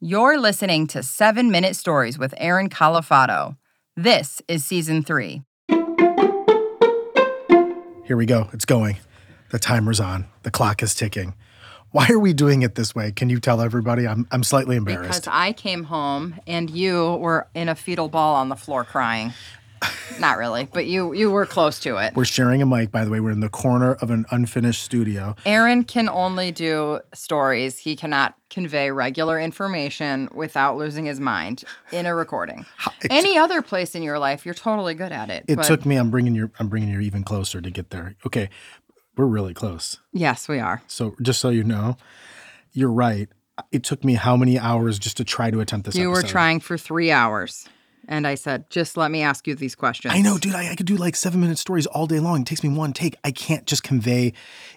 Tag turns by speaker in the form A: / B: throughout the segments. A: You're listening to 7 Minute Stories with Aaron Califato. This is season 3.
B: Here we go. It's going. The timer's on. The clock is ticking. Why are we doing it this way? Can you tell everybody? I'm, I'm slightly embarrassed.
A: Because I came home and you were in a fetal ball on the floor crying. Not really, but you you were close to it.
B: We're sharing a mic, by the way. We're in the corner of an unfinished studio.
A: Aaron can only do stories. He cannot convey regular information without losing his mind in a recording. Any other place in your life, you're totally good at it.
B: It
A: but
B: took me. I'm bringing your. I'm bringing you even closer to get there. Okay, we're really close.
A: yes, we are.
B: So just so you know, you're right. It took me how many hours just to try to attempt this?
A: You were
B: episode?
A: trying for 3 hours. And I said, "Just let me ask you these questions."
B: I know, dude. I, I could do like seven minute stories all day long. It takes me one take. I can't just convey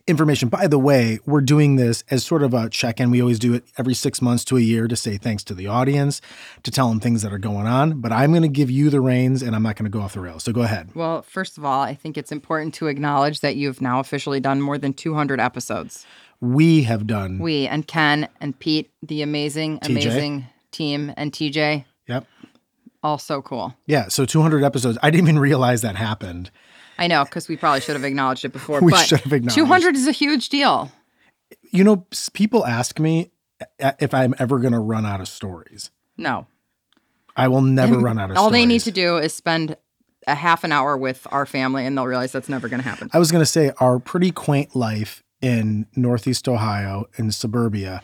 B: information. By the way, we're doing this as sort of a check in. We always do it every six months to a year to say thanks to the audience, to tell them things that are going on. But I'm going to give you the reins and I'm not going to go off the rails. So go ahead.
A: Well, first of all, I think it's important to acknowledge that you've now officially done more than 200 episodes.
B: We have done.
A: We and Ken and Pete, the amazing, amazing team, and TJ,
B: yep.
A: all so cool.
B: Yeah. So 200 episodes. I didn't even realize that happened.
A: I know, because we probably should have acknowledged it before.
B: We
A: but
B: should have acknowledged.
A: 200 is a huge deal.
B: You know, s- people ask me uh, if I'm ever going to run out of stories.
A: No.
B: I will never run out of
A: all
B: stories.
A: they need to do is spend a half an hour with our family and they'll realize that's never going to happen.
B: I was going to say our pretty quaint life in Northeast Ohio in suburbia.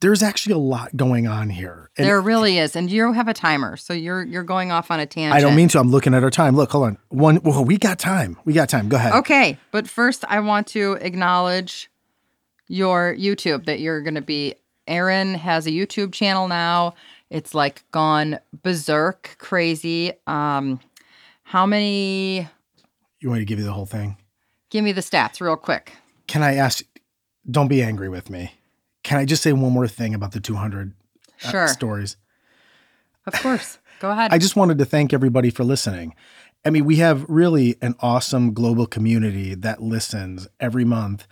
B: There's actually a lot going on here. And
A: there really is. And you have a timer, so you're you're going off on a tangent.
B: I don't mean to. I'm looking at our time. Look, hold on. One. Whoa, we got time. We got time. Go ahead.
A: Okay, but first I want to acknowledge your YouTube that you're going to be Aaron has a YouTube channel now. It's like gone berserk crazy. Um how many
B: You want me to give you the whole thing?
A: Give me the stats real quick.
B: Can I ask? Don't be angry with me. Can I just say one more thing about the 200 uh,
A: Sure.
B: stories?
A: Of course. Go ahead.
B: I just wanted to thank everybody for listening. I mean, we have really an awesome global community that listens every month.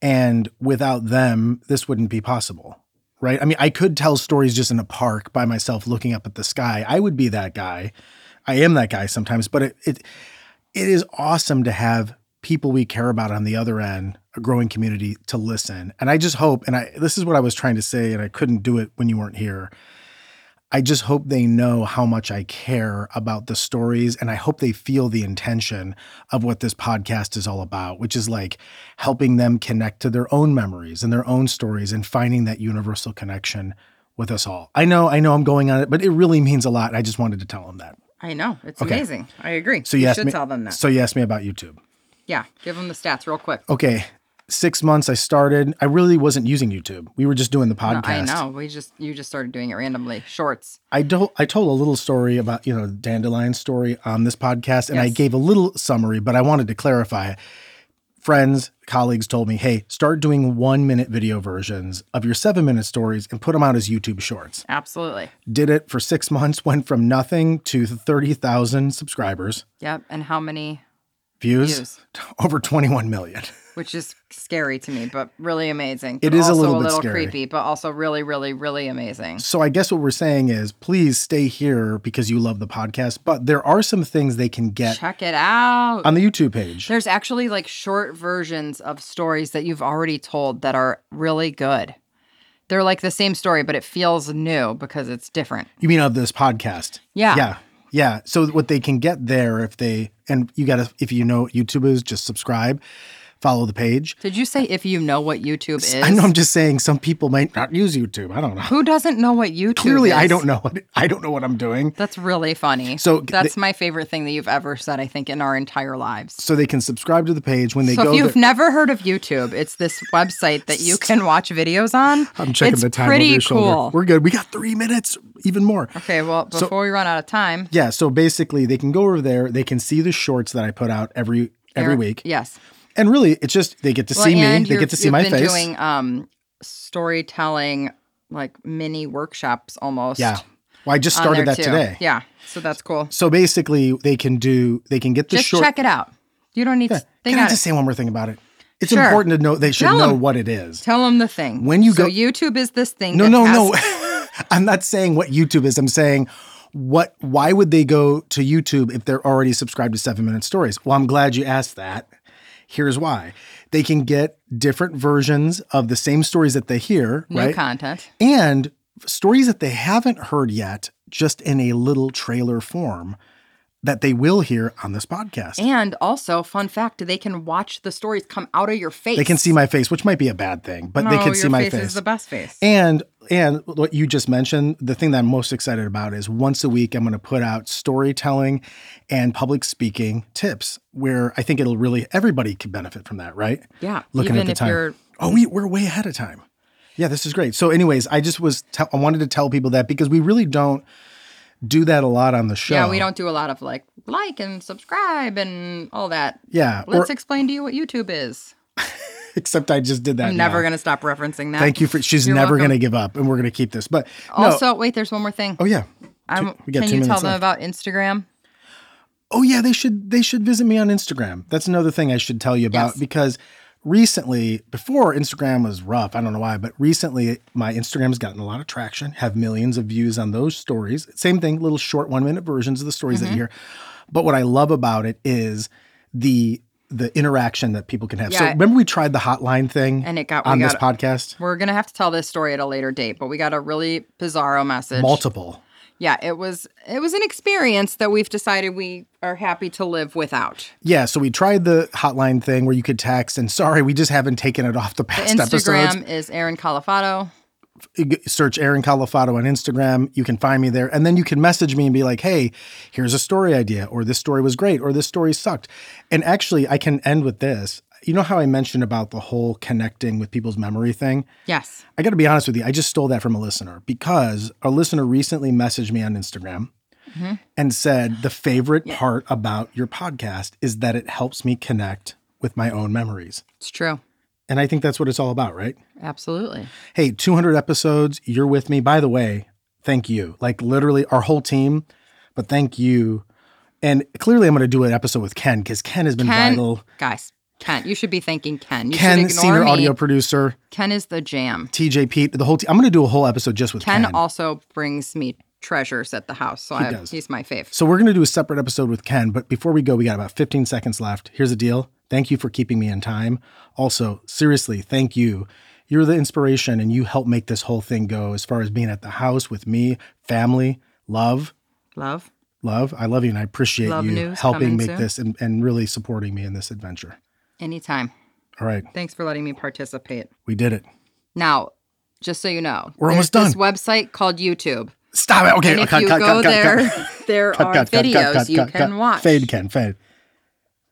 B: And without them, this wouldn't be possible, right? I mean, I could tell stories just in a park by myself looking up at the sky. I would be that guy. I am that guy sometimes, but it, it it is awesome to have people we care about on the other end, a growing community to listen. And I just hope, and I this is what I was trying to say, and I couldn't do it when you weren't here. I just hope they know how much I care about the stories, and I hope they feel the intention of what this podcast is all about, which is like helping them connect to their own memories and their own stories and finding that universal connection with us all. I know, I know I'm going on it, but it really means a lot. I just wanted to tell them that.
A: I know. It's
B: Okay.
A: amazing. I agree.
B: So you, asked
A: should
B: me,
A: tell them that.
B: So you asked me about YouTube.
A: yeah, give them the stats real quick.
B: Okay. Six months I started. I really wasn't using YouTube. We were just doing the podcast.
A: I know. We just you just started doing it randomly. Shorts.
B: I told I told a little story about you know dandelion story on this podcast, and I
A: Yes.
B: gave a little summary, but I wanted to clarify it. Friends, colleagues told me, "Hey, start doing one minute video versions of your seven minute stories and put them out as YouTube Shorts."
A: Absolutely.
B: Did it for six months, went from nothing to thirty thousand subscribers,
A: Yep. And how many
B: views,
A: views?
B: over twenty one million.
A: Which is scary to me, but really amazing.
B: It
A: It
B: is
A: is
B: a
A: also
B: little
A: a
B: bit
A: little
B: scary.
A: creepy, but also really, really, really amazing.
B: So I guess what we're saying is, please stay here because you love the podcast, but there are some things they can get
A: Check it out.
B: on the YouTube page.
A: There's actually like short versions of stories that you've already told that are really good. They're like the same story, but it feels new because it's different.
B: You mean of this podcast?
A: Yeah.
B: Yeah. Yeah. So what they can get there if they and you gotta if you know what YouTube is, just subscribe, follow the page.
A: Did you say if you know what YouTube is?
B: I know I'm just saying some people might not use YouTube. I don't know.
A: Who doesn't know what YouTube
B: Clearly
A: is?
B: I don't know what I don't know what I'm doing.
A: That's really funny.
B: So g-
A: that's my favorite thing that you've ever said, I think, in our entire lives.
B: So they can subscribe to the page when they
A: So
B: go
A: if you've
B: there-
A: never heard of YouTube, it's this website that you can watch videos on.
B: I'm checking
A: it's
B: the time
A: Pretty
B: over your shoulder.
A: cool.
B: We're good. We got three minutes, even more.
A: okay, well,
B: So-
A: before we run out of time,
B: Yeah. So basically they can go over there, they can see the shorts that I put out every every
A: Aaron-
B: week.
A: Yes.
B: And really it's just they get to see me,
A: and
B: they
A: you're-
B: get to see
A: you've
B: my
A: been
B: face.
A: Doing um, storytelling, like mini workshops, almost.
B: yeah. Well, I just
A: on
B: started
A: there,
B: that
A: too.
B: today.
A: Yeah, so that's cool.
B: So basically, they can do they can get the
A: Just
B: short.
A: check it out. You don't need. to, they
B: can I
A: got it.
B: just say one more thing about it? It's
A: Sure.
B: important to know they should
A: Tell
B: know
A: 'em.
B: what it is.
A: Tell them the thing.
B: When you
A: so
B: go-
A: YouTube is this thing.
B: No,
A: that
B: no,
A: has-
B: no. I'm not saying what YouTube is. I'm saying what why would they go to YouTube if they're already subscribed to 7 minute stories? Well, I'm glad you asked that. Here's why. They can get different versions of the same stories that they hear,
A: New
B: right?
A: content.
B: and stories that they haven't heard yet just in a little trailer form that they will hear on this podcast.
A: And also, fun fact, they can watch the stories come out of your face.
B: they can see my face, which might be a bad thing, but they
A: No,
B: can
A: Oh, your
B: see my
A: face. is the best face.
B: And and what you just mentioned, the thing that I'm most excited about is once a week I'm going to put out storytelling and public speaking tips where I think it'll really everybody could benefit from that, right?
A: yeah.
B: Looking
A: even
B: at the
A: if
B: time.
A: you're
B: Oh, we, we're way ahead of time. Yeah, this is great. So, anyways, I just was te- I wanted to tell people that because we really don't do that a lot on the show.
A: Yeah, we don't do a lot of like like and subscribe and all that.
B: Yeah, or-
A: Let's explain to you what YouTube is.
B: except I just did that.
A: I'm
B: now.
A: never going to stop referencing that.
B: Thank you for. She's
A: You're
B: never
A: welcome.
B: going to give up, and we're going to keep this. But no.
A: Also, wait, there's one more thing.
B: Oh yeah.
A: I'm,
B: we got
A: can
B: two
A: you tell
B: minutes
A: them
B: left.
A: about Instagram?
B: Oh yeah, they should they should visit me on Instagram. That's another thing I should tell you about
A: Yes.
B: because recently, before Instagram was rough, I don't know why, but recently my Instagram's gotten a lot of traction, have millions of views on those stories. Same thing, little short one minute versions of the stories
A: Mm-hmm.
B: that you hear. But what I love about it is the the interaction that people can have. So
A: Yeah.
B: remember we tried the hotline thing
A: And it got- we
B: on this
A: got-
B: podcast?
A: We're going to have to tell this story at a later date, but we got a really bizarro message.
B: Multiple.
A: yeah, it was it was an experience that we've decided we are happy to live without.
B: Yeah, so we tried the hotline thing where you could text, and sorry, we just haven't taken it off the past episodes.
A: Instagram is Aaron Califato.
B: g- search Aaron Califato on Instagram. You can find me there. And then you can message me and be like, hey, here's a story idea, or this story was great, or this story sucked. And actually, I can end with this. You know how I mentioned about the whole connecting with people's memory thing?
A: Yes.
B: I got to be honest with you. I just stole that from a listener because a listener recently messaged me on Instagram and said, the favorite part about your podcast is that it helps me connect with my own memories.
A: It's true.
B: And I think that's what it's all about, right?
A: Absolutely.
B: hey 200 episodes you're with me by the way thank you like literally our whole team but thank you and clearly i'm going to do an episode with ken because ken has been
A: Ken-
B: vital
A: Guys, Ken, you should be thanking Ken. You
B: ken
A: should ignore
B: senior
A: me.
B: audio producer
A: Ken is the jam.
B: tj pete the whole team i'm going to do a whole episode just with
A: Ken,
B: ken,
A: also brings me treasures at the house, so I,
B: does.
A: he's my fave.
B: so we're going to do a separate episode with ken but before we go we got about 15 seconds left here's the deal thank you for keeping me in time also seriously thank you you're the inspiration and you help make this whole thing go as far as being at the house with me family love
A: Love.
B: love. I love you and I appreciate
A: Love
B: you
A: news
B: helping
A: coming
B: make
A: soon.
B: this and, and really supporting me in this adventure.
A: Anytime.
B: All right,
A: Thanks for letting me participate.
B: we did it.
A: Now, just so you know,
B: We're
A: there's
B: almost
A: This
B: done.
A: website called YouTube.
B: Stop it. Okay,
A: And if
B: cut,
A: you
B: cut,
A: go
B: cut, cut,
A: there,
B: cut.
A: there
B: Cut,
A: are
B: cut, cut, cut,
A: videos
B: cut,
A: you
B: cut,
A: can
B: cut.
A: watch.
B: Fade, Ken, fade.